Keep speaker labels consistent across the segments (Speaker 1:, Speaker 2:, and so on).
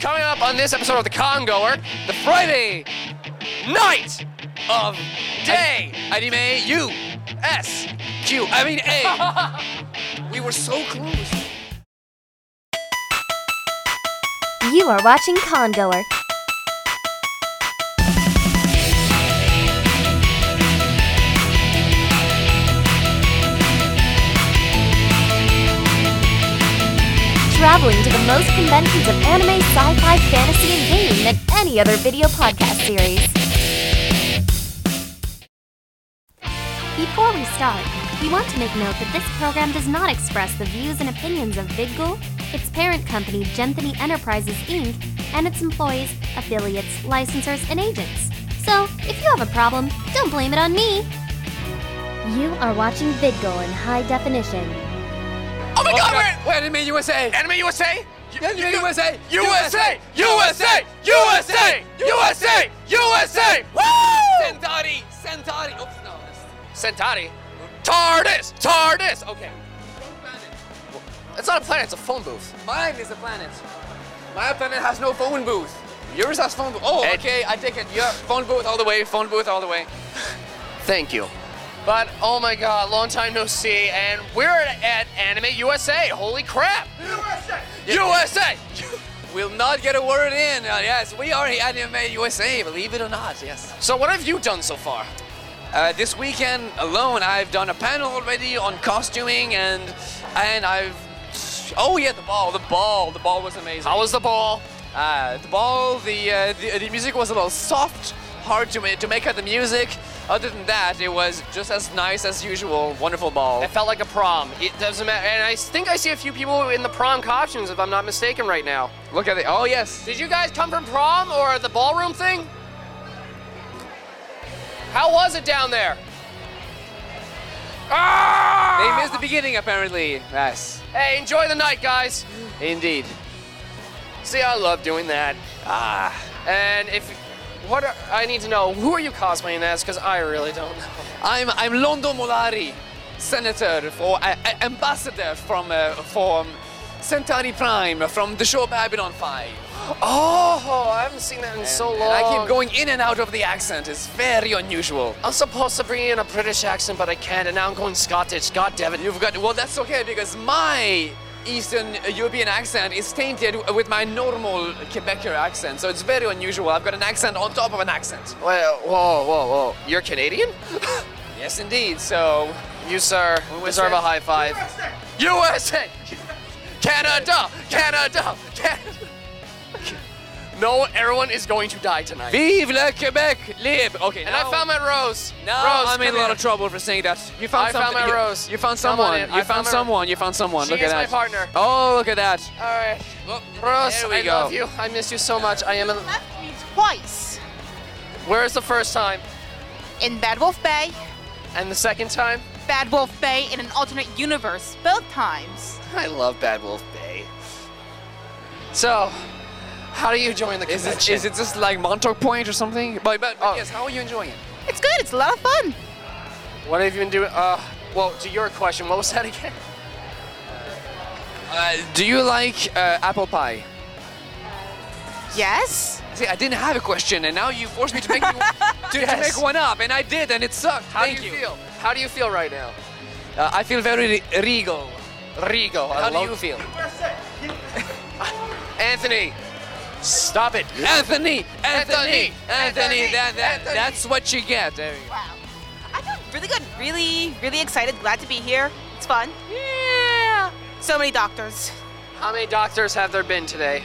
Speaker 1: Coming up on this episode of The Congoer, the Friday night of day anime U S Q. I mean A. we were so close.
Speaker 2: Oh
Speaker 3: You are watching Congoer. Traveling to the most conventions of anime, sci fi, fantasy, and gaming than any other video podcast series. Before we start, we want to make note that this program does not express the views and opinions of VidGul, its parent company Genthany Enterprises Inc., and its employees, affiliates, licensors, and agents. So, if you have a problem, don't blame it on me. You are watching VidGul in high definition.
Speaker 1: Oh my God! Wait, wait, Anime USA. Anime USA. Anime USA. USA. USA. USA. USA. USA. Woo! Centauri. Centauri. Oops, no. that's- Centauri. TARDIS. TARDIS. Okay. It's not a planet. It's a phone booth.
Speaker 2: Mine is a planet. My planet has no phone booth. Yours has phone booth. Oh,
Speaker 1: Hey.
Speaker 2: okay, I take it. Yeah, phone booth all the way, phone booth all the way.
Speaker 1: Thank you. But oh my god, long time no see, and we're at, at Anime USA. Holy crap! USA! USA!
Speaker 2: We'll not get a word in. Uh, yes, we are here at Anime USA, believe it or not, yes.
Speaker 1: So what have you done so far?
Speaker 2: Uh, this weekend alone, I've done a panel already on costuming and and I've. Oh yeah, the ball, the ball, the ball was amazing.
Speaker 1: How was the ball?
Speaker 2: Uh, the ball, the, uh, the the music was a little soft, hard to ma- to make out the music. Other than that, it was just as nice as usual. Wonderful ball.
Speaker 1: It felt like a prom. It doesn't matter. And I think I see a few people in the prom costumes, if I'm not mistaken, right now.
Speaker 2: Look at it. Oh yes.
Speaker 1: Did you guys come from prom or the ballroom thing? How was it down there? Ah!
Speaker 2: They missed the beginning apparently. Yes.
Speaker 1: Hey, enjoy the night, guys.
Speaker 2: Indeed.
Speaker 1: See, I love doing that.
Speaker 2: Ah.
Speaker 1: And if what are, I need to know, who are you cosplaying as? Because I really don't know.
Speaker 2: I'm I'm Londo Molari, senator for uh, uh, ambassador from uh, from Centauri Prime from the show Babylon 5.
Speaker 1: Oh, I haven't seen that in so
Speaker 2: And-
Speaker 1: long.
Speaker 2: and I keep going in and out of the accent. It's very unusual.
Speaker 1: I'm supposed to bring in a British accent, but I can't, and now I'm going Scottish. God damn it.
Speaker 2: You've got well. That's okay because my Eastern European accent is tainted with my normal Quebecer accent, so it's very unusual. I've got an accent on top of an accent.
Speaker 1: Well, whoa, whoa, whoa. You're Canadian?
Speaker 2: Yes, indeed. So
Speaker 1: You, sir, deserve
Speaker 2: that?
Speaker 1: a high five. USA! Canada! Canada! Canada! No, everyone is going to die tonight.
Speaker 2: Vive le Quebec, live. Okay,
Speaker 1: and I found my rose.
Speaker 2: Now
Speaker 1: rose,
Speaker 2: I'm in
Speaker 1: come
Speaker 2: a lot
Speaker 1: here.
Speaker 2: of trouble for saying that. You found
Speaker 1: I found
Speaker 2: something.
Speaker 1: my
Speaker 2: you,
Speaker 1: rose.
Speaker 2: You found
Speaker 1: Come on
Speaker 2: someone.
Speaker 1: in.
Speaker 2: You
Speaker 1: I
Speaker 2: found,
Speaker 1: found my-
Speaker 2: someone. You found someone.
Speaker 1: She
Speaker 2: look at
Speaker 1: is my
Speaker 2: that.
Speaker 1: partner.
Speaker 2: Oh, look at that.
Speaker 1: All right. Rose,
Speaker 2: there we
Speaker 1: I
Speaker 2: go.
Speaker 1: love you. I miss you so much. I am. A,
Speaker 4: left me twice
Speaker 1: where's the first time?
Speaker 4: in Bad Wolf Bay,
Speaker 1: And the second time?
Speaker 4: Bad Wolf Bay in an alternate universe, both times.
Speaker 1: I love Bad Wolf Bay. So, how do you join the
Speaker 2: Is
Speaker 1: convention?
Speaker 2: it, is it just like Montauk Point or something? But, but, but
Speaker 1: Oh.
Speaker 2: yes, how are you enjoying it?
Speaker 4: It's good. It's a lot of fun.
Speaker 1: What have you been doing? Uh, well, to your question, what was that again?
Speaker 2: Uh, do you like uh, apple pie?
Speaker 4: Yes.
Speaker 2: See, I didn't have a question, and now you forced me to make, you, to, to
Speaker 1: Yes.
Speaker 2: make one up, and I did, and it sucked.
Speaker 1: How
Speaker 2: Thank
Speaker 1: do you, feel? How do you feel right now?
Speaker 2: Uh, I feel very re- regal.
Speaker 1: Rigo, I
Speaker 2: How do
Speaker 1: love-
Speaker 2: you feel?
Speaker 1: Anthony, stop it.
Speaker 2: Anthony,
Speaker 1: Anthony,
Speaker 2: Anthony, Anthony, that, that,
Speaker 1: Anthony.
Speaker 2: that's what you get. There you go.
Speaker 4: Wow. I feel really good. Really, really excited. Glad to be here. It's fun. Yeah. So many doctors.
Speaker 1: How many doctors have there been today?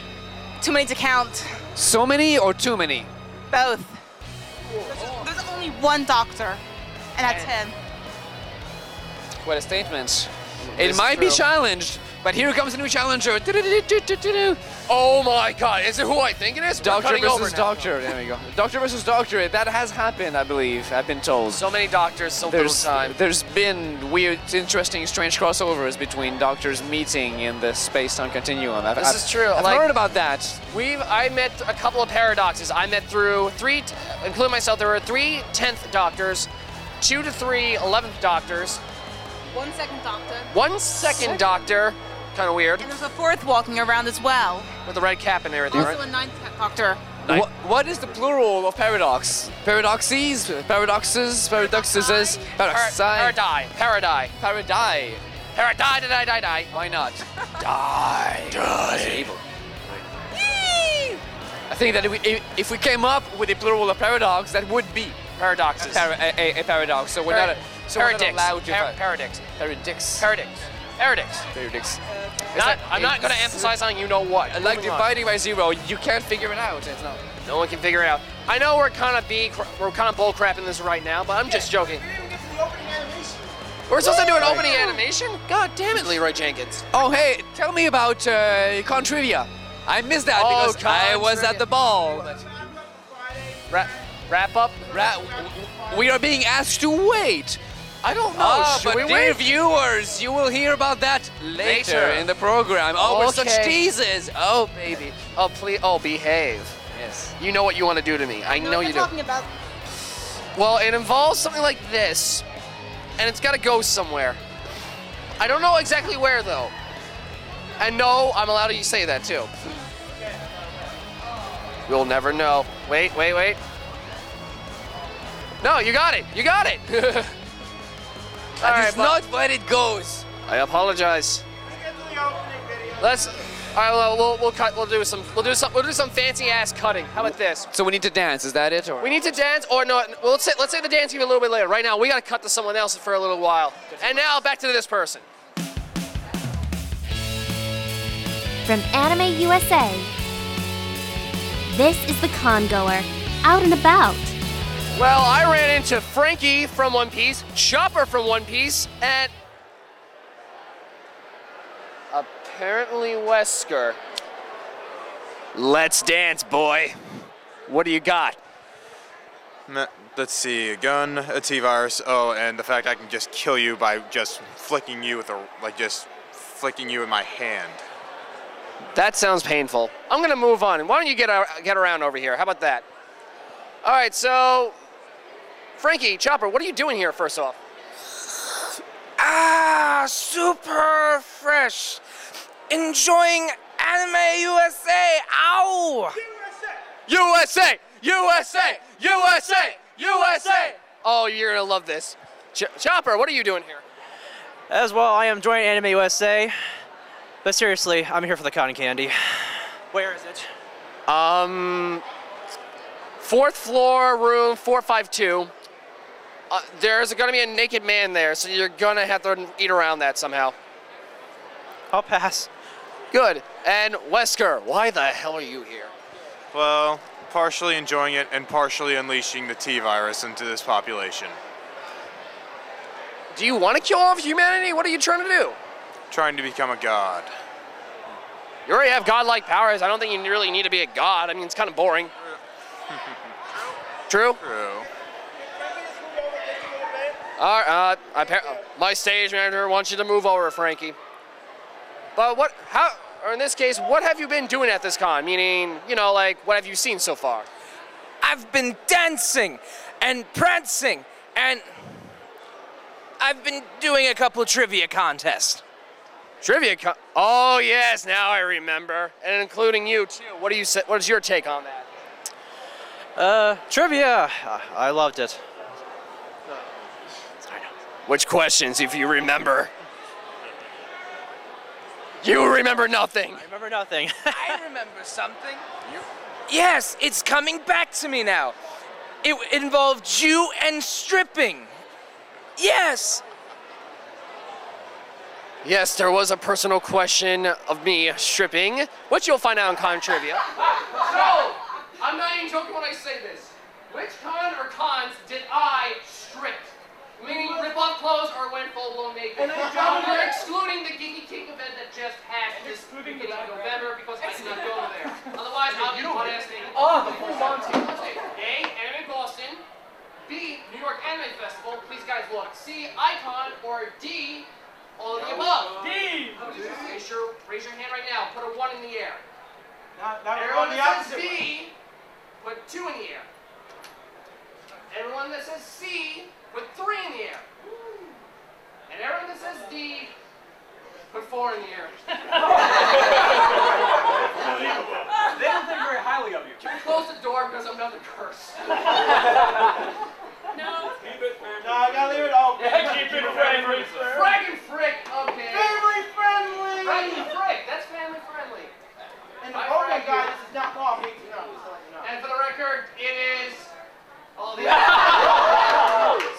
Speaker 4: Too many to count.
Speaker 2: So many or too many?
Speaker 4: Both. There's, there's only one doctor, and that's him.
Speaker 2: What a statement.
Speaker 1: It's
Speaker 2: It might be
Speaker 1: true.
Speaker 2: challenged, but here comes a new challenger. Do-do-do-do-do-do-do.
Speaker 1: Oh my god, is it who I think it is? We're
Speaker 2: Doctor
Speaker 1: cutting over
Speaker 2: versus
Speaker 1: now.
Speaker 2: doctor. There we go. Doctor versus doctor. That has happened, I believe. I've been told.
Speaker 1: So many doctors, so
Speaker 2: there's
Speaker 1: little time.
Speaker 2: there's been weird, interesting, strange crossovers between doctors meeting in the space-time continuum. I've,
Speaker 1: This
Speaker 2: I've-
Speaker 1: is true,
Speaker 2: I've
Speaker 1: like-
Speaker 2: heard about that.
Speaker 1: We've I met a couple of paradoxes. I met through three, including myself. There were three tenth doctors, two to three eleventh doctors,
Speaker 4: One second doctor.
Speaker 1: one second doctor,
Speaker 2: Kind of weird.
Speaker 4: And there's a fourth walking around as well.
Speaker 1: With the red cap and everything,
Speaker 4: Also
Speaker 1: right?
Speaker 4: a ninth ca- doctor.
Speaker 1: Night-
Speaker 2: Wha- what is the plural of paradox? Paradoxes? Paradoxes? Paradoxes?
Speaker 1: Para-
Speaker 2: Paradoxi?
Speaker 1: Paradise. Paradise.
Speaker 2: Paradi.
Speaker 1: Paradise. Die, die, die, die.
Speaker 2: Why not?
Speaker 1: Die.
Speaker 2: It's evil. I think that if we, if- if we came up with a plural of paradox, that would be
Speaker 1: Paradoxes.
Speaker 2: para- a, a- a paradox. So we're
Speaker 1: Par-
Speaker 2: not, a, so we're not
Speaker 1: paradix.
Speaker 2: allowed to.
Speaker 1: Par-
Speaker 2: fi-
Speaker 1: paradix.
Speaker 2: paradix.
Speaker 1: Paradix. Paradix.
Speaker 2: Paradix. It's
Speaker 1: Uh, Not,
Speaker 2: like-
Speaker 1: I'm not going to
Speaker 2: it's-
Speaker 1: emphasize on you know what.
Speaker 2: I Like
Speaker 1: Moving on.
Speaker 2: dividing by zero, you can't figure it out. It's not.
Speaker 1: No one can figure it out. I know we're kind of be we're kind of bull crapping this right now, but I'm just joking. We're supposed to do an opening animation? God damn it, Leroy Jenkins.
Speaker 2: Oh, hey, tell me about uh, Contrivia. I missed that
Speaker 1: Oh,
Speaker 2: because I was
Speaker 1: Contrivia.
Speaker 2: at the ball.
Speaker 1: Wrap, wrap up.
Speaker 2: Ra- we are being asked to wait. I don't know,
Speaker 1: Ah,
Speaker 2: but
Speaker 1: should we
Speaker 2: dear
Speaker 1: wait?
Speaker 2: viewers, you will hear about that later,
Speaker 1: Later.
Speaker 2: in the program. Oh, we're such
Speaker 1: Okay.
Speaker 2: teasers. Oh, baby.
Speaker 1: Oh please. Oh behave.
Speaker 2: Yes.
Speaker 1: You know what you want to do to me. I know
Speaker 4: what you're
Speaker 1: you do.
Speaker 4: talking about.
Speaker 1: Well, it involves something like this, and it's got to go somewhere. I don't know exactly where though. And no, I'm allowed to say that too. You'll never know. Wait, wait, wait. No, you got it. You got it. All
Speaker 2: That
Speaker 1: right,
Speaker 2: is
Speaker 1: but-
Speaker 2: not where it goes.
Speaker 1: I apologize. Let's. All right, well, we'll, we'll cut. We'll do some. We'll do some. We'll do some fancy ass cutting. How about this?
Speaker 2: So we need to dance. Is that it? Or?
Speaker 1: We need to dance, or no? Well, let's say, let's say the dance even a little bit later. Right now, we gotta cut to someone else for a little while. And now back to this person.
Speaker 3: From Anime USA, this is the congoer, out and about.
Speaker 1: Well, I ran into Frankie from One Piece, Chopper from One Piece, and apparently Wesker. Let's dance, boy. What do you got?
Speaker 5: Ma- Let's see, a gun, a T-virus. Oh, and the fact I can just kill you by just flicking you with a like just flicking you in my hand.
Speaker 1: That sounds painful. I'm gonna move on. Why don't you get ar- get around over here? How about that? All right, so Frankie Chopper, what are you doing here? First off,
Speaker 6: Ah, super fresh. Enjoying Anime USA. Ow!
Speaker 1: USA, USA, USA, USA. Oh, you're gonna love this, Ch- Chopper. What are you doing here?
Speaker 7: As well, I am joining Anime USA. But seriously, I'm here for the cotton candy. Where is it?
Speaker 1: Um, Fourth floor, room 452. Uh, there's gonna be a naked man there, so you're gonna have to eat around that somehow.
Speaker 7: I'll pass.
Speaker 1: Good. And Wesker, why the hell are you here?
Speaker 5: Well, partially enjoying it and partially unleashing the T-virus into this population.
Speaker 1: Do you want to kill off humanity? What are you trying to do?
Speaker 5: Trying to become a god.
Speaker 1: You already have godlike powers. I don't think you really need to be a god. I mean, it's kind of boring. True.
Speaker 5: True.
Speaker 1: All right, uh, appa- my stage manager wants you to move over, Frankie. But what? How? Or in this case, what have you been doing at this con? Meaning, you know, like what have you seen so far?
Speaker 6: I've been dancing and prancing and I've been doing a couple trivia contests.
Speaker 1: Trivia. Con- oh yes, now I remember. And including you too. What do you say? What is your take on that?
Speaker 7: Uh, trivia. Uh, I loved it.
Speaker 1: Which questions, if you remember? You remember nothing.
Speaker 7: I remember nothing.
Speaker 6: I remember something. Yes, it's coming back to me now. It w- involved you and stripping. Yes,
Speaker 1: Yes, there was a personal question of me stripping, which you'll find out in con trivia. so, I'm not even joking when I say this. Which con or cons did I strip? Meaning rip off clothes or went full blown naked. And we're excluding the Geeky King event that just happened this beginning of November because I did not go there. Otherwise, I'll be one ass naked. Oh, the full Monty. A, Anime Boston. B, New York Anime Festival. Please guys look. C, Icon. Or D, all of the above. D. Raise your, raise your hand right now. Put a one in the air. Everyone that says B, put two in the air. Everyone that says C, put three in the air. And everyone that says D,
Speaker 6: Put four in the air.
Speaker 7: They don't think very highly of you.
Speaker 6: Close the door because I'm about to curse.
Speaker 7: No, I gotta leave it all.
Speaker 6: Frag and frick, okay.
Speaker 7: Family friendly.
Speaker 6: Frag and frick, that's family friendly.
Speaker 7: And
Speaker 6: the program guide,
Speaker 7: this is not coffee. No, just let you
Speaker 6: And for the record, it is all the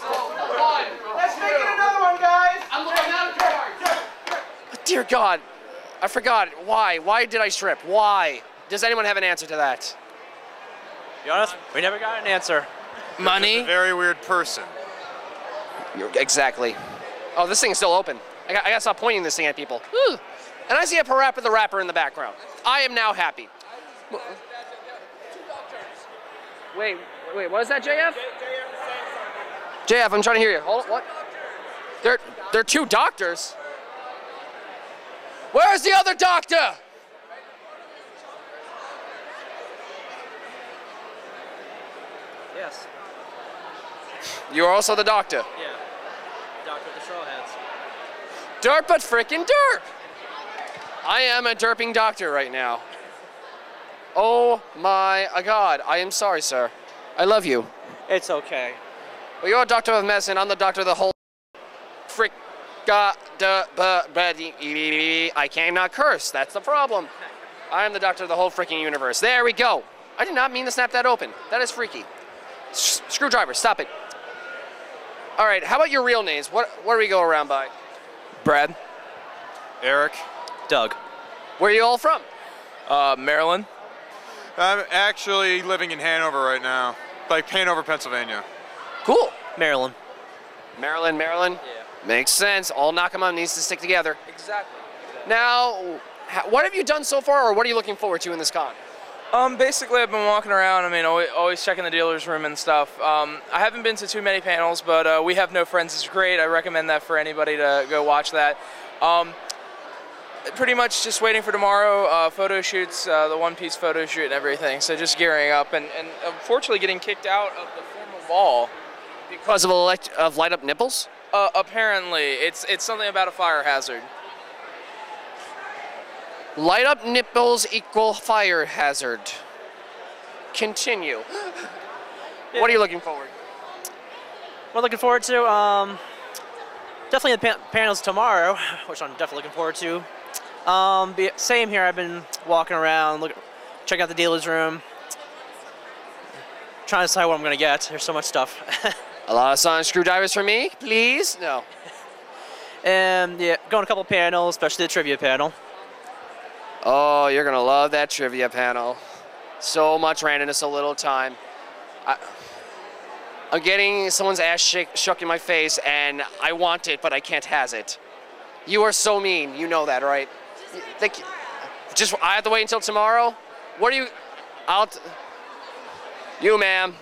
Speaker 6: So, one.
Speaker 7: Let's make it another one, guys.
Speaker 6: I'm looking out of cards.
Speaker 1: Dear God, I forgot. Why? Why did I strip? Why? Does anyone have an answer to that?
Speaker 7: Be honest, we never got an answer.
Speaker 6: Money?
Speaker 5: Very weird person.
Speaker 1: You're- exactly. Oh, this thing's still open. I got, I got to stop pointing this thing at people. Whew. And I see a Parappa the Rapper in the background. I am now happy. Wait, wait, what is that, JF? JF, I'm trying to hear you. Hold what? They're, they're two doctors? Where's the other doctor?
Speaker 7: Yes.
Speaker 1: You're also the doctor.
Speaker 7: Yeah. Doctor with the straw hats.
Speaker 1: Derp but frickin' derp! I am a derping doctor right now. Oh my god, I am sorry, sir. I love you.
Speaker 7: It's okay.
Speaker 1: Well, you're a doctor of medicine, I'm the doctor of the whole frick. ga- da- ba- ba- dee- ee- ee- ee- ee. I cannot curse, that's the problem. I am the doctor of the whole freaking universe. There we go. I did not mean to snap that open. That is freaky. S- screwdriver, stop it. All right, how about your real names? What, what do we go around by?
Speaker 6: Brad?
Speaker 5: Eric.
Speaker 7: Doug.
Speaker 1: Where are you all from?
Speaker 6: Uh, Maryland?
Speaker 5: I'm actually living in Hanover right now, like Hanover, Pennsylvania.
Speaker 1: Cool.
Speaker 7: Maryland.
Speaker 1: Maryland, Maryland. Yeah. Makes sense. All Nakamon needs to stick together.
Speaker 6: Exactly.
Speaker 1: Now, ha- what have you done so far, or what are you looking forward to in this con?
Speaker 6: Um, basically, I've been walking around. I mean, always, always checking the dealer's room and stuff. Um, I haven't been to too many panels, but uh, We Have No Friends is great. I recommend that for anybody to go watch that. Um, pretty much just waiting for tomorrow uh, photo shoots, uh, the One Piece photo shoot and everything. So just gearing up and, and unfortunately getting kicked out of the formal ball.
Speaker 1: Because of, elect- of light up nipples?
Speaker 6: Uh, apparently, it's it's something about a fire hazard.
Speaker 1: Light up nipples equal fire hazard. Continue. What are you looking forward?
Speaker 7: We're looking forward to um, definitely the pan- panels tomorrow, which I'm definitely looking forward to. Um, be- same here. I've been walking around, look, checking out the dealer's room, trying to decide what I'm gonna get. There's so much stuff.
Speaker 1: A lot of sonic screwdrivers for me, please? No.
Speaker 7: and yeah, going a couple panels, especially the trivia panel.
Speaker 1: Oh, you're gonna love that trivia panel. So much randomness, a little time. I, I'm getting someone's ass shake, shook in my face, and I want it, but I can't has it. You are so mean. You know that, right? You- they c- just I have to wait until tomorrow. What do you? I'll. T- you, ma'am.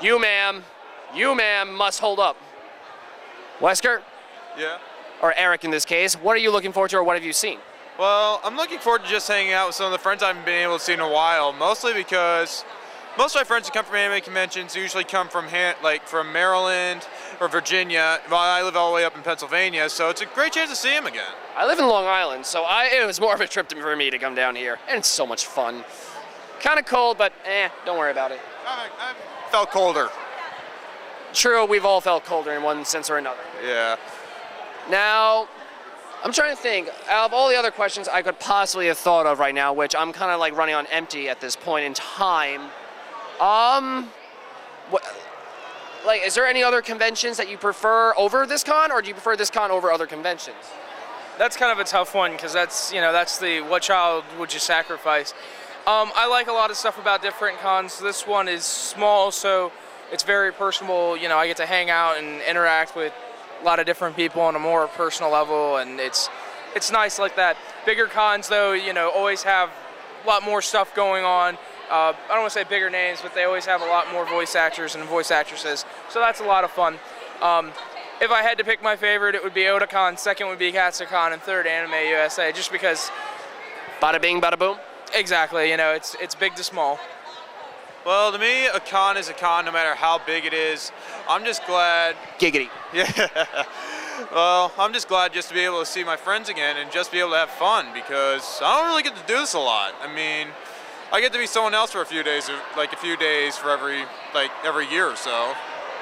Speaker 1: You, ma'am. You, ma'am, must hold up. Wesker,
Speaker 5: Yeah.
Speaker 1: or Eric in this case, what are you looking forward to, or what have you seen?
Speaker 5: Well, I'm looking forward to just hanging out with some of the friends I haven't been able to see in a while. Mostly because most of my friends who come from anime conventions usually come from Han- like from Maryland or Virginia, while I live all the way up in Pennsylvania. So it's a great chance to see them again.
Speaker 1: I live in Long Island, so I, it was more of a trip to, for me to come down here, and it's so much fun. Kind of cold, but eh, don't worry about it.
Speaker 5: I, I felt colder.
Speaker 1: True, we've all felt colder in one sense or another.
Speaker 5: Yeah.
Speaker 1: Now, I'm trying to think out of all the other questions I could possibly have thought of right now, which I'm kind of like running on empty at this point in time. Um, what, like, is there any other conventions that you prefer over this con, or do you prefer this con over other conventions?
Speaker 6: That's kind of a tough one because that's you know that's the what child would you sacrifice? Um, I like a lot of stuff about different cons. This one is small, so it's very personable. You know, I get to hang out and interact with a lot of different people on a more personal level, and it's it's nice like that. Bigger cons, though, you know, always have a lot more stuff going on. Uh, I don't want to say bigger names, but they always have a lot more voice actors and voice actresses, so that's a lot of fun. Um, if I had to pick my favorite, it would be Otakon, second would be Katsucon, and third Anime USA, just because,
Speaker 1: Bada bing, bada boom.
Speaker 6: exactly, you know, it's it's big to small.
Speaker 5: Well, to me, a con is a con, no matter how big it is. I'm just glad
Speaker 1: Giggity.
Speaker 5: Yeah. Well, I'm just glad just to be able to see my friends again and just be able to have fun because I don't really get to do this a lot. I mean, I get to be someone else for a few days, like a few days for every like every year or so.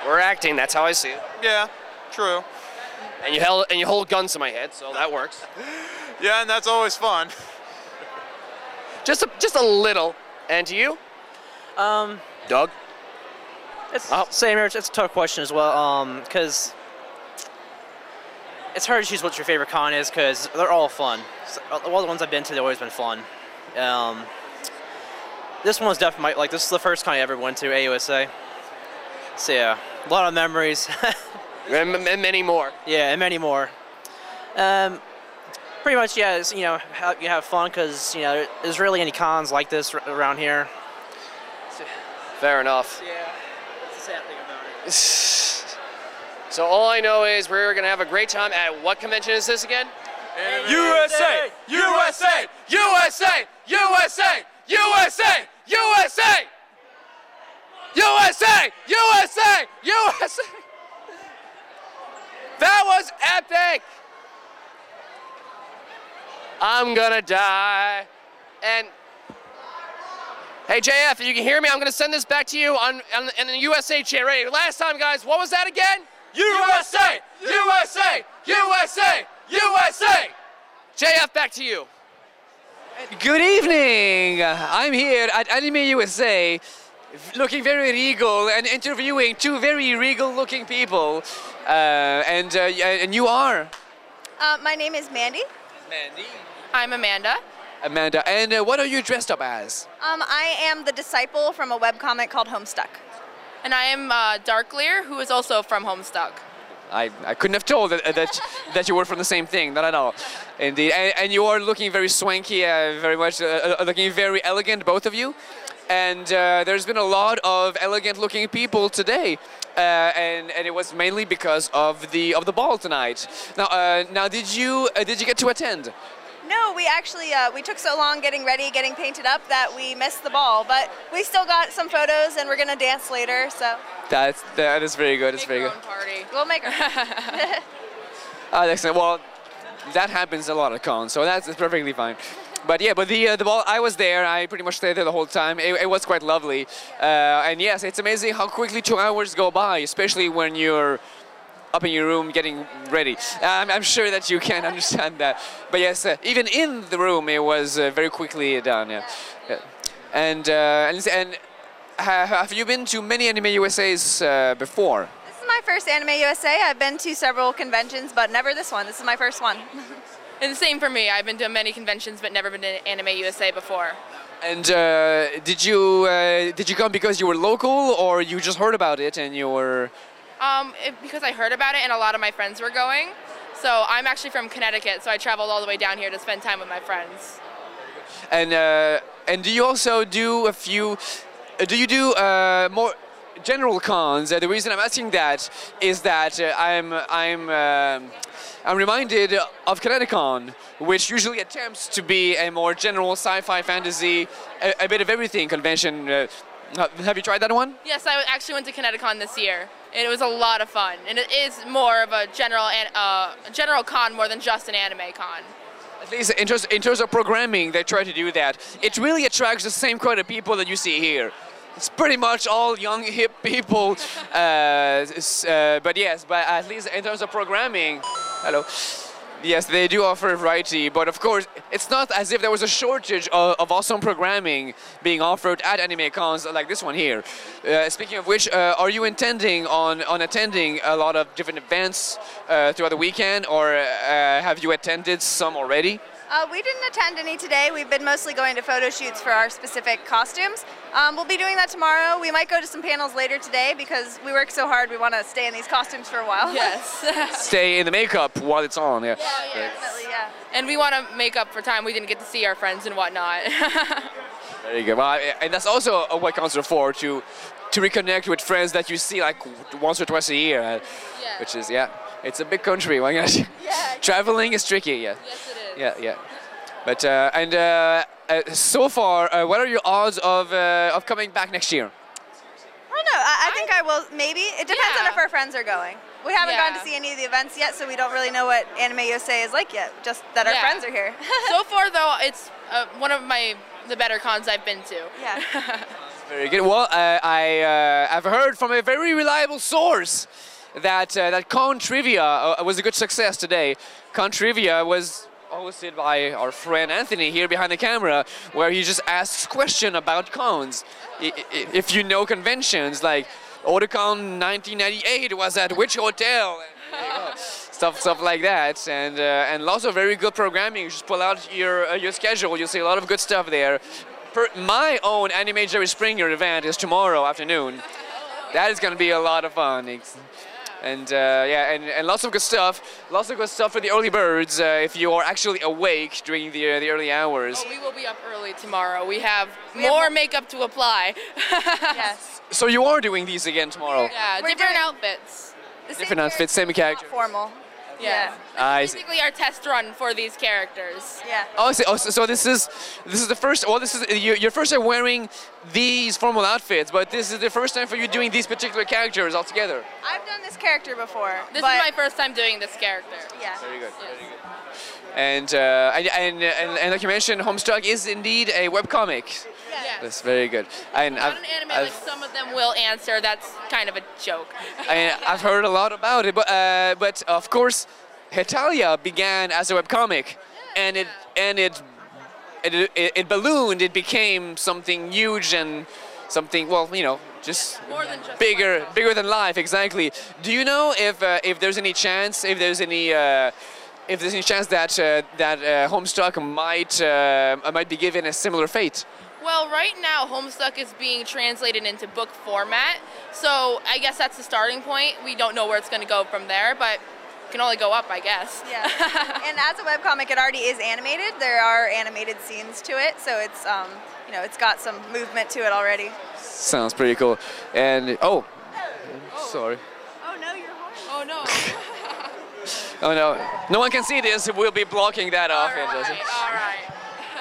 Speaker 8: We're acting. That's how I see it.
Speaker 5: Yeah, true.
Speaker 8: And you held and you hold guns to my head, so that works.
Speaker 5: Yeah, and that's always fun.
Speaker 8: Just a, just a little. And to you,
Speaker 7: Um,
Speaker 8: Doug.
Speaker 7: It's
Speaker 8: Oh.
Speaker 7: same here. It's it's a tough question as well, um, because it's hard to choose what your favorite con is because they're all fun. So, all the ones I've been to, they've always been fun. Um, this one's definitely like this is the first con I ever went to AUSA. So yeah, a lot of memories.
Speaker 8: And m- m- many more.
Speaker 7: yeah, and many more. Um, pretty much, yeah. It's, you know, how you have fun because you know there's really any cons like this r- around here.
Speaker 8: Fair enough.
Speaker 7: Yeah, that's the sad thing about it.
Speaker 8: So all I know is we're gonna have a great time at what convention is this again?
Speaker 5: USA, USA, USA, USA, USA, USA.
Speaker 1: USA! USA! USA! That was epic!
Speaker 8: I'm gonna die. And hey JF, if you can hear me, I'm gonna send this back to you on, on in the USA chat radio. Last time, guys, what was that again?
Speaker 1: USA! USA! USA! USA!
Speaker 8: JF, back to you.
Speaker 2: Good evening. I'm here at Anime USA, looking very regal and interviewing two very regal-looking people. Uh, and uh, y- and you are
Speaker 9: Uh, my name is Mandy.
Speaker 10: I'm Amanda.
Speaker 2: Amanda. And uh, what are you dressed up as?
Speaker 9: Um, I am the disciple from a webcomic called Homestuck.
Speaker 10: And I am uh, Darklear, who is also from Homestuck.
Speaker 2: I, I couldn't have told that that, that you were from the same thing. Not at all. Indeed. And, and you are looking very swanky, uh, very much uh, uh, looking very elegant, both of you. And uh, there's been a lot of elegant-looking people today, uh, and and it was mainly because of the of the ball tonight. Now, uh, now, did you uh, did you get to attend?
Speaker 9: No, we actually uh, we took so long getting ready, getting painted up that we missed the ball, but we still got some photos and we're gonna dance later. So
Speaker 2: That's that is very good. It's very good.
Speaker 10: party.
Speaker 9: we'll make her.
Speaker 2: Uh, excellent. Well, that happens a lot at cons, so that's it's perfectly fine. But yeah, but the uh, the ball. I was there. I pretty much stayed there the whole time. It, it was quite lovely, uh, and yes, it's amazing how quickly two hours go by, especially when you're up in your room getting ready. Uh, I'm, I'm sure that you can understand that. But yes, uh, even in the room, it was uh, very quickly done. Yeah, yeah. and uh, and and ha- have you been to many Anime USA's uh, before?
Speaker 9: this is my first Anime USA. I've been to several conventions, but never this one. This is my first one.
Speaker 10: And the same for me. I've been to many conventions, but never been to Anime USA before.
Speaker 2: And uh, did you uh, did you come because you were local, or you just heard about it and you were?
Speaker 10: Um, it, because I heard about it, and a lot of my friends were going. So I'm actually from Connecticut, so I traveled all the way down here to spend time with my friends.
Speaker 2: And uh, and do you also do a few? uh, Do you do uh, more general cons? Uh, the reason I'm asking that is that uh, I'm I'm um I'm reminded of Kineticon, which usually attempts to be a more general sci-fi fantasy, a, a bit of everything convention. Uh, ha- have you tried that one?
Speaker 10: Yes, I actually went to Connecticut this year, and it was a lot of fun. And it is more of a general an, uh, general con more than just an anime con.
Speaker 2: At least in terms, in terms of programming, they try to do that. It really attracts the same kind of people that you see here. It's pretty much all young, hip people. Uh, s- uh, but yes, but at least in terms of programming, hello. Yes, they do offer a variety, but of course, it's not as if there was a shortage of, of awesome programming being offered at anime cons like this one here. Uh, speaking of which, uh, are you intending on, on attending a lot of different events uh, throughout the weekend, or uh, have you attended some already?
Speaker 9: Uh, we didn't attend any today. We've been mostly going to photo shoots for our specific costumes. Um, we'll be doing that tomorrow. We might go to some panels later today because we work so hard. We want to stay in these costumes for a while.
Speaker 10: Yes.
Speaker 2: Stay in the makeup while it's on. Yeah.
Speaker 9: Definitely, yeah.
Speaker 10: and we want to make up for time we didn't get to see our friends and whatnot.
Speaker 2: Very good. Well, I- and that's also a- what counts are for to to reconnect with friends that you see like w- once or twice a year, uh,
Speaker 10: Yeah.
Speaker 2: which is yeah, it's a big country. Why not? Traveling is tricky. Yeah.
Speaker 10: yes, it is.
Speaker 2: Yeah, yeah. But uh, and uh, uh, so far, uh, what are your odds of uh, of coming back next year?
Speaker 9: I don't know. I, I think I will. Maybe it depends on
Speaker 10: Yeah.
Speaker 9: if our friends are going. We haven't
Speaker 10: Yeah.
Speaker 9: gone to see any of the events yet, so we don't really know what Anime USA is like yet. Just that our
Speaker 10: Yeah.
Speaker 9: friends are here.
Speaker 10: so far, though, it's uh, one of my the better cons I've been to.
Speaker 9: Yeah.
Speaker 2: Very good. Well, uh, I uh, have heard from a very reliable source that uh, that Con Trivia uh, was a good success today. Con Trivia was hosted by our friend Anthony here behind the camera, where he just asks question about cons. I- i- If you know conventions, like Otakon 1998 was at which hotel? stuff stuff like that and uh, and lots of very good programming you just pull out your uh, your schedule you see a lot of good stuff there per, my own anime jerry springer event is tomorrow afternoon that is going to be a lot of fun It's- and uh, yeah and, and lots of good stuff lots of good stuff for the early birds uh, if you are actually awake during the uh, the early hours
Speaker 10: We will be up early tomorrow. We have more makeup to apply.
Speaker 9: yes.
Speaker 2: so you are doing these again tomorrow
Speaker 10: Yeah,
Speaker 9: We're
Speaker 10: different
Speaker 9: doing-
Speaker 10: outfits.
Speaker 9: The same
Speaker 2: different outfits same character
Speaker 9: Formal.
Speaker 10: Yeah.
Speaker 2: I see.
Speaker 10: Basically, our test run for these characters.
Speaker 9: Yeah.
Speaker 2: Oh, I see. oh, so, so this is this is the first. Well, this is you, you're first time wearing these formal outfits, but this is the first time for you doing these particular characters altogether.
Speaker 9: I've done this character before.
Speaker 10: This
Speaker 9: but
Speaker 10: is my first time doing this character.
Speaker 9: yeah.
Speaker 2: Very good. Very good. And, uh, and, and and and like you mentioned, Homestuck is indeed a webcomic.
Speaker 10: Yeah.
Speaker 2: That's very good. And I've,
Speaker 10: Not an anime, like
Speaker 2: I've,
Speaker 10: some of them will answer. That's kind of a joke.
Speaker 2: I, I've heard a lot about it, but uh, but of course, Hetalia began as a webcomic, and it and it it, it it ballooned. It became something huge and something well, you know, just
Speaker 10: More than just
Speaker 2: bigger,
Speaker 10: one
Speaker 2: bigger than life. Exactly. Do you know if uh, if there's any chance, if there's any uh, if there's any chance that uh, that uh, Homestuck might uh, might be given a similar fate?
Speaker 10: Well, right now, Homestuck is being translated into book format, so I guess that's the starting point. We don't know where it's going to go from there, but it can only go up, I guess.
Speaker 9: Yeah. and as a webcomic, it already is animated. There are animated scenes to it, so it's um, you know, it's got some movement to it already.
Speaker 2: Sounds pretty cool. And oh, sorry.
Speaker 9: Oh no, you're horny.
Speaker 10: Oh no!
Speaker 2: Oh no, no one can see this. We'll be blocking that off.
Speaker 10: All
Speaker 2: Angela.
Speaker 10: right, all right.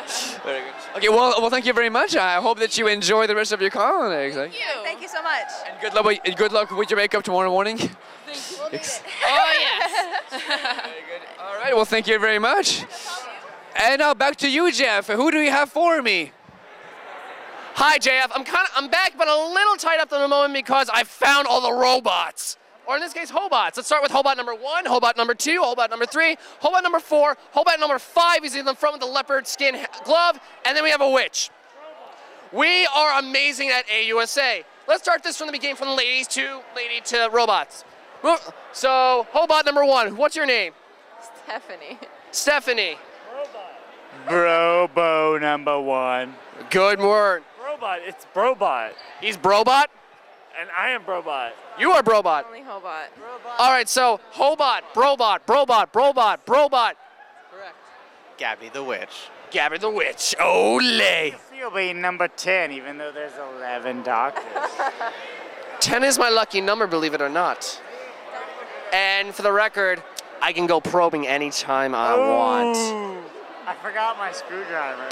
Speaker 2: Very good. Okay, well, well, thank you very much. I hope that you enjoy the rest of your con. Thank
Speaker 9: Thank you so much.
Speaker 2: And good luck. With, good luck with your makeup tomorrow morning.
Speaker 10: Oh yes.
Speaker 2: All right. Well, thank you very much. And now back to you, Jeff. Who do you have for me?
Speaker 1: Hi, JF. I'm kind of I'm back, but a little tied up at the moment because I found all the robots, or in this case, hobots. Let's start with hobot number one, hobot number two, hobot number three, hobot number four, hobot number five. He's in the front with the leopard skin h- glove, and then we have a witch. We are amazing at AUSA. Let's start this from the beginning, from ladies to lady to robots. Mo- So, hobot number one. What's your name?
Speaker 11: Stephanie.
Speaker 1: Stephanie.
Speaker 12: Brobo number one.
Speaker 1: Good word.
Speaker 12: Brobot, it's Brobot.
Speaker 1: He's Brobot.
Speaker 12: And I am Brobot.
Speaker 1: You are Brobot.
Speaker 11: Only Hobot.
Speaker 1: All right, so Hobot, Brobot, Brobot, Brobot, Brobot,
Speaker 13: Gabby the Witch.
Speaker 1: Gabby the Witch. Ole!
Speaker 12: You'll be number 10, even though there's 11 doctors.
Speaker 1: 10 is my lucky number, believe it or not. And for the record, I can go probing anytime I want.
Speaker 12: I forgot my screwdriver.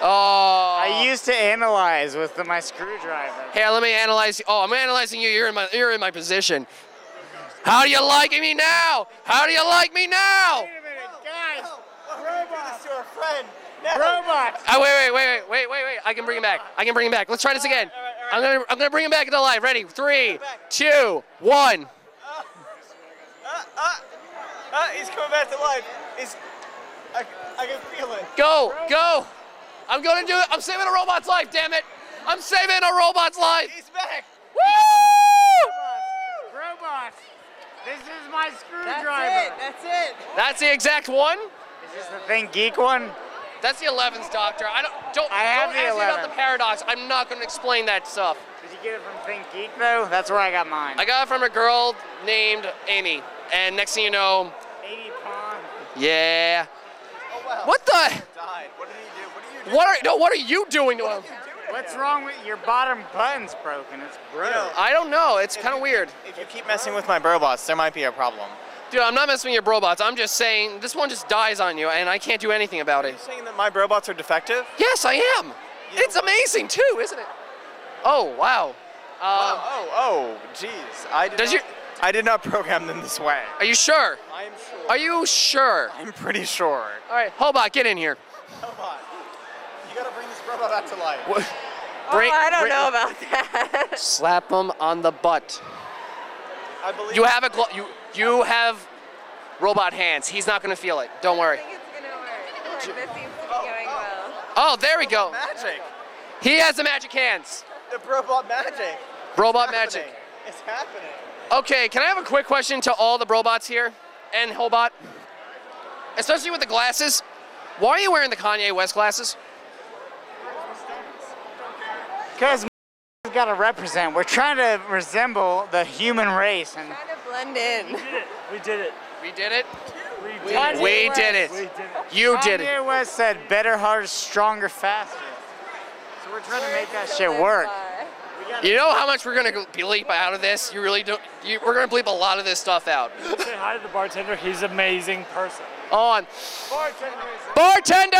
Speaker 1: Oh.
Speaker 12: I used to analyze with the, my screwdriver.
Speaker 1: Here, let me analyze. Oh, I'm analyzing you. You're in my you're in my position. How do you like me now? How do you like me now?
Speaker 12: Wait a minute, guys! Brobot! to our friend! Brobot!
Speaker 1: Oh, wait, wait, wait, wait, wait, wait, wait. I can bring him back. I can bring him back. Let's try this again. I'm gonna I'm gonna bring him back into life. Ready? Three, two, one.
Speaker 13: Ah, he's coming back to life. He's, I, I can feel it.
Speaker 1: Go, go. I'm gonna do it. I'm saving a robot's life, damn it. I'm saving a robot's life.
Speaker 13: He's back.
Speaker 1: Woo!
Speaker 12: Brobot! This is my screwdriver!
Speaker 13: That's it.
Speaker 1: That's the exact one.
Speaker 12: Is this the Thing Geek one?
Speaker 1: That's the 11th Doctor. I don't don't,
Speaker 12: I have
Speaker 1: don't
Speaker 12: the
Speaker 1: ask me about
Speaker 12: 11th.
Speaker 1: the paradox. I'm not gonna explain that stuff.
Speaker 12: Did you get it from Think Geek though? That's where I got mine.
Speaker 1: I got it from a girl named Amy, and next thing you know,
Speaker 12: 80 pawn.
Speaker 1: yeah. What the?
Speaker 13: Died. What did he do? What did you do?
Speaker 1: What are no? What are you doing to him?
Speaker 12: What's wrong with your bottom button's broken? It's broken.
Speaker 1: I don't know. It's kind of weird.
Speaker 13: If you keep messing with my brobots, there might be a problem.
Speaker 1: Dude, I'm not messing with your robots. I'm just saying this one just dies on you, and I can't do anything about it.
Speaker 13: You're saying that my brobots are defective?
Speaker 1: Yes, I am. It's amazing too, isn't it? Oh wow. Um,
Speaker 13: oh, oh, jeez. I did not-
Speaker 1: Does your
Speaker 14: Uh, I did not program them this way.
Speaker 1: Are you sure?
Speaker 14: I am sure.
Speaker 1: Are you sure?
Speaker 14: I'm pretty sure.
Speaker 1: All right, Hobot, get in here.
Speaker 14: Robot. You gotta bring this robot out to life.
Speaker 1: What?
Speaker 15: oh, I don't know about that.
Speaker 1: Slap him on the butt.
Speaker 14: I believe
Speaker 1: You have a glo- you you have robot hands. He's not gonna feel it. Don't worry.
Speaker 15: Like, this seems to be going well.
Speaker 1: Oh, there we go.
Speaker 14: Magic.
Speaker 1: He has the magic hands.
Speaker 14: The robot magic.
Speaker 1: Robot magic.
Speaker 14: It's happening.
Speaker 1: Okay, can I have a quick question to all the robots here and Hobot, especially with the glasses? Why are you wearing the Kanye West glasses?
Speaker 12: Because got to represent. We're trying to resemble the human race, and
Speaker 15: Blend in.
Speaker 12: we did it.
Speaker 1: We did it.
Speaker 12: We
Speaker 1: did it. We did it. You did it.
Speaker 12: Kanye West said, "Better, harder, stronger, faster." So we're trying to make that shit work.
Speaker 1: You know how much we're gonna go- bleep out of this? You really don't. You, we're gonna bleep a lot of this stuff out.
Speaker 16: Say hi to the bartender. He's an amazing person.
Speaker 1: On.
Speaker 12: Bartender.
Speaker 1: Bartender!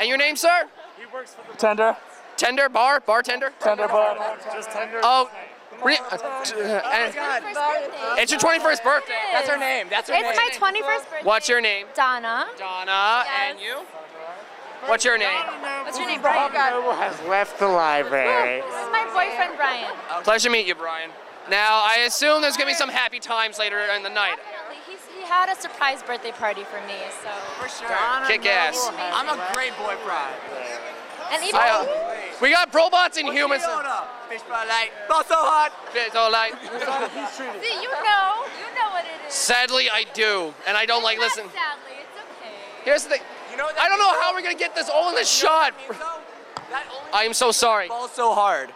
Speaker 1: And your name, sir?
Speaker 16: He works for
Speaker 1: Tender. Tender bar, bartender. Tender bar.
Speaker 16: the just tender.
Speaker 1: Oh. Re- uh, t- uh, and- It's your 21st birthday.
Speaker 17: That's her name. That's her
Speaker 8: it's
Speaker 17: name.
Speaker 8: It's my 21st birthday.
Speaker 1: What's your name?
Speaker 8: Donna.
Speaker 1: Donna. And you? What's your name?
Speaker 8: What's your name? Brian.
Speaker 12: Noble has left the library.
Speaker 8: This is my boyfriend Brian.
Speaker 1: Pleasure to meet you, Brian. Now, I assume there's gonna be some happy times later in the night.
Speaker 8: He's, he had a surprise birthday party for me, so. For sure.
Speaker 1: Kick ass.
Speaker 17: I'm a great boy pride.
Speaker 8: And even
Speaker 1: I, uh, we got robots and humans.
Speaker 17: Fish fry light. Not so hot.
Speaker 1: It's all right.
Speaker 8: See, you know, you know what it is.
Speaker 1: Sadly, I do, and I don't like
Speaker 8: Not
Speaker 1: listen.
Speaker 8: Sadly, it's okay.
Speaker 1: Here's the thing. I don't know how we're gonna get this all in the shot. I am so sorry. Ball so hard.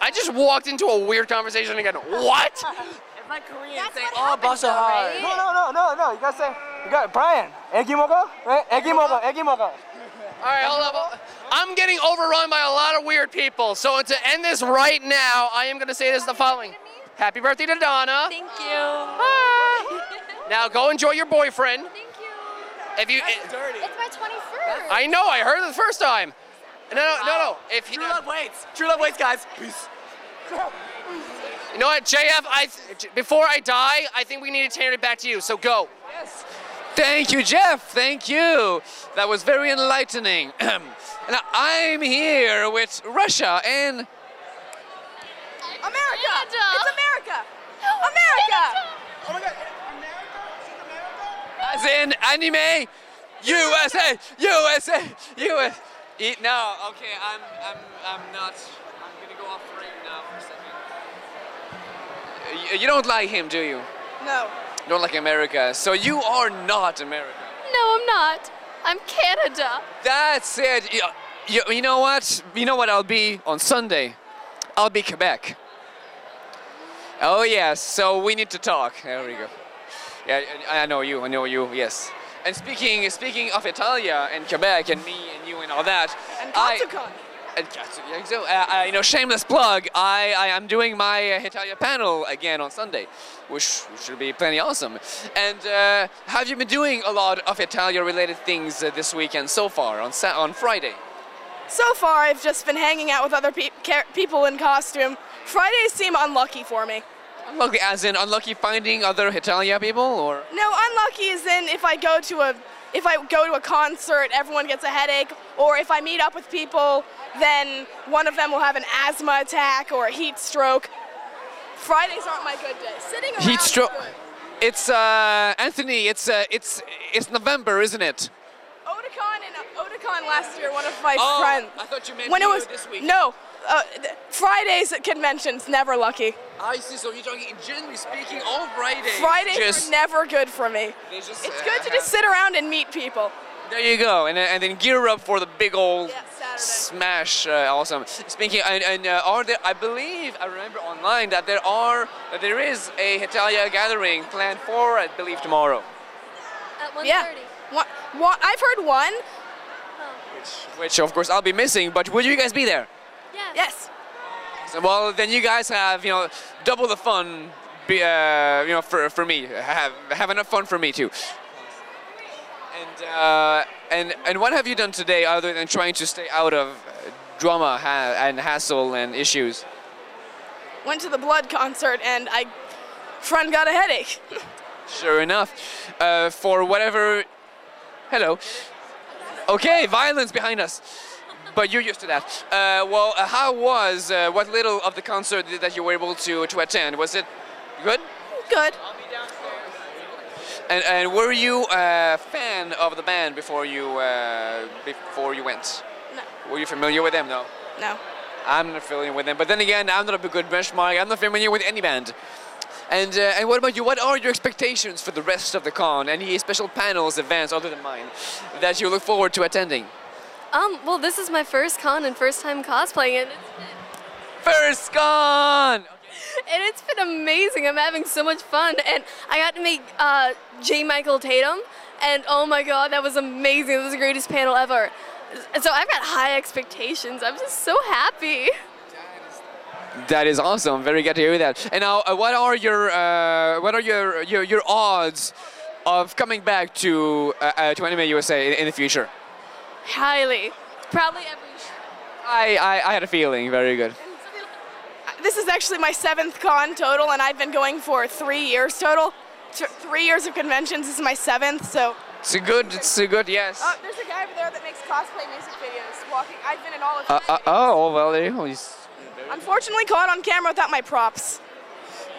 Speaker 1: I just walked into a weird conversation again. What?
Speaker 17: If my Korean say,
Speaker 12: Oh, boss so hard.
Speaker 17: No,
Speaker 12: no, no, no. You gotta say, you got Brian. Eggy mocha, right? Eggy mocha, eggy mocha.
Speaker 1: All right, hold up. I'm getting overrun by a lot of weird people. So to end this right now, I am gonna say this the following. Happy birthday to Donna. Thank you. Bye. now go enjoy your boyfriend. Thank you. If you.
Speaker 8: It's my 21st.
Speaker 1: I know. I heard it the first time. No, no, no, no. If
Speaker 17: True love waits. True love waits, guys. Peace.
Speaker 1: You know what, JF? I j- before I die, I think we need to turn it back to you. So go. Yes.
Speaker 2: Thank you, Jeff. Thank you. That was very enlightening. now I'm here with Russia and
Speaker 18: America! It's America! America! Oh my god.
Speaker 2: as in anime, USA, USA, US. E- no, okay, I'm, I'm, I'm not. I'm gonna go off frame now for a second. Y- You, don't like him, do you?
Speaker 18: No.
Speaker 2: You don't like America, so you are not America.
Speaker 8: No, I'm not. I'm Canada.
Speaker 2: That's it. You, you, you know what? You know what I'll be on Sunday? I'll be Quebec. Oh yes. So we need to talk. There we go. Yeah, I I know you. I know you. Yes. And speaking speaking of Italia and Quebec and me and you and all that,
Speaker 18: And
Speaker 2: I-
Speaker 18: Katsukan.
Speaker 2: and Katsu- yeah, so, uh, uh, you know, shameless plug. I, I am doing my uh, Italia panel again on Sunday, which, which should be plenty awesome. And uh, have you been doing a lot of Italia-related things uh, this weekend so far on Sa- on Friday?
Speaker 19: So far, I've just been hanging out with other peop ca- people in costume. Fridays seem unlucky for me.
Speaker 2: Unlucky, as in unlucky finding other Italia people, or
Speaker 19: No, unlucky is in if I go to a if I go to a concert, everyone gets a headache, or if I meet up with people, then one of them will have an asthma attack or a heat stroke. Fridays aren't my good days. Sitting around.
Speaker 2: heat stroke. It's uh, Anthony. It's uh, it's it's November, isn't it?
Speaker 19: Otakon and uh, Otakon last year, one of my
Speaker 2: Oh,
Speaker 19: friends.
Speaker 2: I thought you meant
Speaker 19: when it
Speaker 2: you
Speaker 19: was
Speaker 2: this week.
Speaker 19: No, uh, th- Fridays at conventions never lucky.
Speaker 2: I see. So you're talking generally speaking, all Fridays.
Speaker 19: Fridays
Speaker 2: Just-
Speaker 19: are never good for me.
Speaker 2: They just,
Speaker 19: it's
Speaker 2: uh,
Speaker 19: good to just sit around and meet people.
Speaker 2: There you go, and, and then gear up for the big old smash. Uh, awesome. Speaking and, and uh, are there? I believe I remember online that there are that there is a Hitalia gathering planned for I believe tomorrow.
Speaker 19: At 1:30. Yeah. One, one, I've heard one.
Speaker 2: Which of course I'll be missing, but will you guys be there?
Speaker 19: Yes.
Speaker 2: So, well, then you guys have you know double the fun. Be, uh, you know for, for me have have enough fun for me too. And uh, and and what have you done today other than trying to stay out of uh, drama ha- and hassle and issues?
Speaker 19: Went to the Blood concert and I, friend got a headache.
Speaker 2: Sure enough, uh, for whatever. Hello. Okay, violence behind us. But you're used to that. Uh, well, uh, how was uh, what little of the concert that you were able to to attend? Was it good?
Speaker 19: Good.
Speaker 2: And, and were you a fan of the band before you uh, before you went?
Speaker 19: No.
Speaker 2: Were you familiar with them? No.
Speaker 19: No.
Speaker 2: I'm not familiar with them. But then again, I'm not a good benchmark. I'm not familiar with any band. And uh, and what about you? What are your expectations for the rest of the con? Any special panels, events other than mine that you look forward to attending?
Speaker 18: Um, well, this is my first con and first time cosplaying, and
Speaker 2: First con.
Speaker 18: and it's been amazing. I'm having so much fun, and I got to meet uh, J. Michael Tatum, and oh my god, that was amazing! That was the greatest panel ever. So I've got high expectations. I'm just so happy.
Speaker 2: That is awesome. Very good to hear that. And now, uh, what are your uh, what are your, your your odds of coming back to uh, uh, to Anime USA in, in the future?
Speaker 18: Highly, probably every year.
Speaker 2: I, I I had a feeling. Very good.
Speaker 19: Uh, This is actually my seventh con total, and I've been going for three years total. Th- three years of conventions. This is my seventh, so.
Speaker 2: It's a good. It's a good. Yes.
Speaker 19: Oh, there's a guy over there that makes cosplay music videos. Walking, I've been in all of
Speaker 2: Uh, uh, oh well, there you go. He's-
Speaker 19: Unfortunately, caught on camera without my props.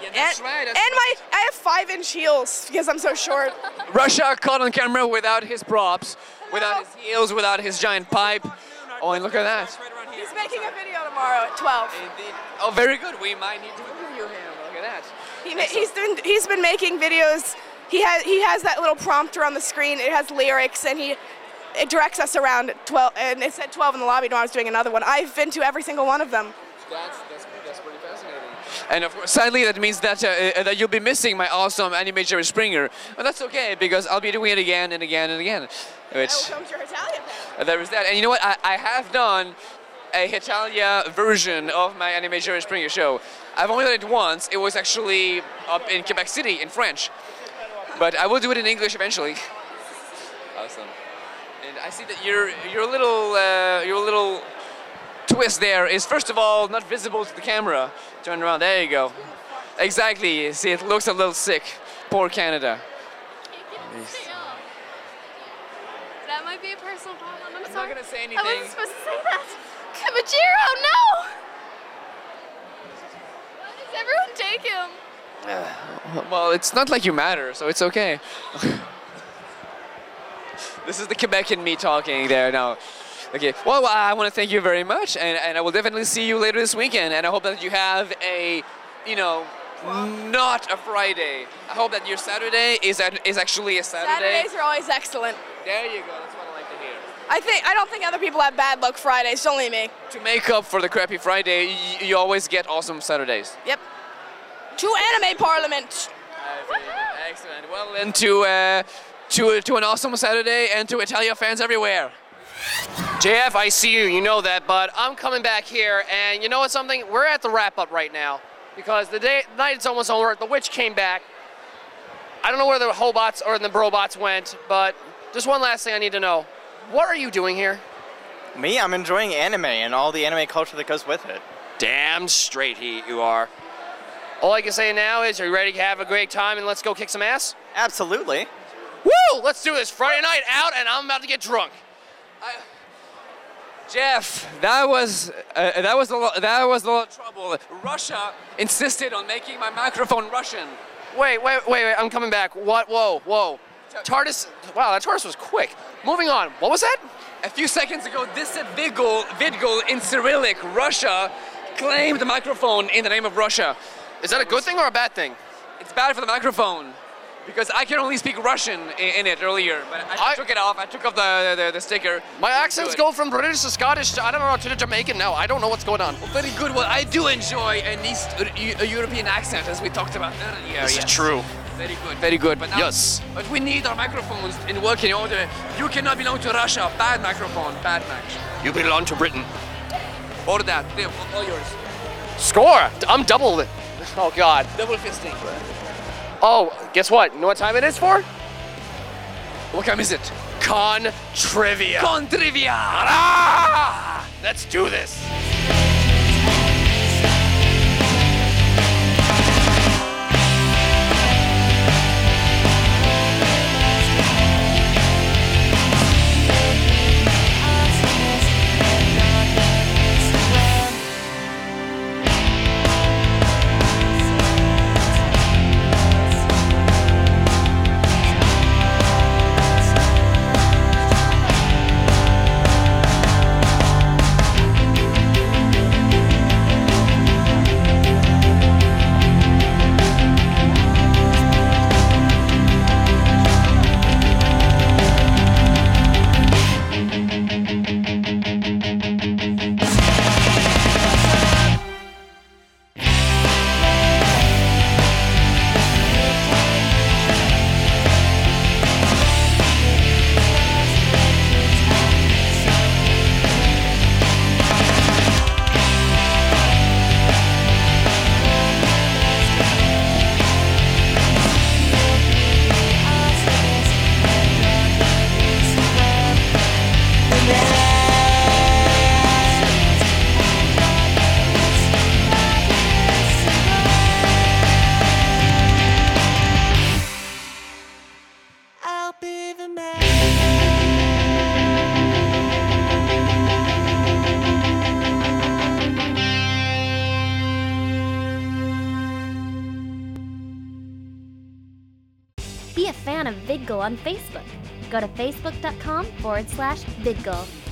Speaker 19: Yeah, that's and, right. and my, I have five-inch heels because I'm so short.
Speaker 2: Russia caught on camera without his props, without his heels, without his giant pipe. Oh, and look at that.
Speaker 19: He's making a video tomorrow at 12.
Speaker 2: Oh, very good. We might need to interview him. Look at that.
Speaker 19: He ma- he's been he's been making videos. He has he has that little prompter on the screen. It has lyrics, and he it directs us around at 12. And it said 12 in the lobby. No, I was doing another one. I've been to every single one of them.
Speaker 2: That's, that's, that's pretty fascinating. And of course, sadly, that means that uh, uh, that you'll be missing my awesome anime Jerry Springer. But that's okay because I'll be doing it again and again and again.
Speaker 19: Oh,
Speaker 2: Which
Speaker 19: Come to your Italian.
Speaker 2: uh, there is that. And you know what? I, I have done a Hitalia version of my anime Jerry Springer show. I've only done it once. It was actually up in Quebec City in French. But I will do it in English eventually. Awesome. And I see that your your little uh, your little twist there is first of all not visible to the camera. Turn around. There you go. Exactly. See, it looks a little sick. Poor Canada.
Speaker 18: That might be a personal problem. I'm, sorry.
Speaker 20: not gonna say
Speaker 18: I
Speaker 20: anything.
Speaker 18: wasn't supposed to say that. Caballero, no! Why does everyone take him?
Speaker 2: Well, it's not like you matter, so it's okay. this is the Quebecan me talking there now. Okay, well, I want to thank you very much, and, and I will definitely see you later this weekend, and I hope that you have a, you know, not a Friday. I hope that your Saturday is, a, is actually a Saturday.
Speaker 19: Saturdays are always excellent.
Speaker 2: There you go. That's what I like to hear.
Speaker 19: I think I don't think other people have bad luck Fridays. It's only me.
Speaker 2: To make up for the crappy Friday, you, you always get awesome Saturdays.
Speaker 19: Yep. To anime parliament.
Speaker 2: Excellent. Well, And to, uh, to, to an awesome Saturday, and to Italia fans everywhere.
Speaker 1: JF, I see you. You know that, but I'm coming back here, and you know what? Something. We're at the wrap up right now because the day, the night is almost over. The witch came back. I don't know where the hobots or the brobots went, but just one last thing I need to know. What are you doing here?
Speaker 7: Me, I'm enjoying anime and all the anime culture that goes with it.
Speaker 1: Damn straight heat you are. All I can say now is, are you ready to have a great time and let's go kick some ass?
Speaker 7: Absolutely.
Speaker 1: Woo! Let's do this. Friday night out, and I'm about to get drunk.
Speaker 2: Jeff, that was uh, that was a lot that was a lot of trouble. Russia insisted on making my microphone Russian.
Speaker 1: Wait, wait, wait, wait. I'm coming back. What? Whoa, whoa. TARDIS. Wow, that TARDIS was quick. Moving on. What was that?
Speaker 2: A few seconds ago, this said Vidgul, Vidgul in Cyrillic, Russia, claimed the microphone in the name of Russia.
Speaker 1: Is that a good thing or a bad thing?
Speaker 2: It's bad for the microphone because I can only speak Russian in, in it earlier, but I, took it off. I took off the the, the sticker.
Speaker 1: My accents go from British to Scottish to I don't know to the Jamaican now. I don't know what's going on.
Speaker 2: Very good. Well, I do enjoy an East uh, a European accent, as we talked about earlier.
Speaker 1: This is
Speaker 2: yes.
Speaker 1: true.
Speaker 2: Very good. Very good. But now,
Speaker 1: Yes.
Speaker 2: But we need our microphones in working order. You cannot belong to Russia. Bad microphone. Bad match.
Speaker 1: You belong to Britain.
Speaker 2: Or that. There, all yours.
Speaker 1: Score! I'm double. Oh God.
Speaker 2: Double fisting.
Speaker 1: Oh, guess what? You know what time it is for?
Speaker 2: What time is it?
Speaker 1: Con trivia.
Speaker 2: Con trivia.
Speaker 1: Ah! Let's do this.
Speaker 12: Ah!
Speaker 3: Be a fan of VidGull on Facebook. Go to facebook.com forward slash VidGull